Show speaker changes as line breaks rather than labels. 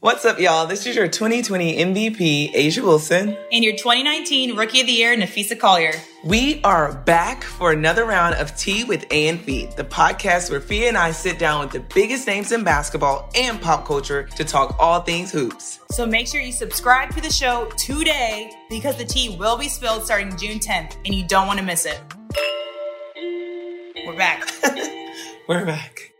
What's up, y'all? This is your 2020 MVP, Asia Wilson.
and your 2019 Rookie of the Year, Nafisa Collier.
We are back for another round of Tea with A and Fee, the podcast where Fee and I sit down with the biggest names in basketball and pop culture to talk all things hoops.
So make sure you subscribe to the show today because the tea will be spilled starting June 10th, and you don't want to miss it. We're back.
We're back.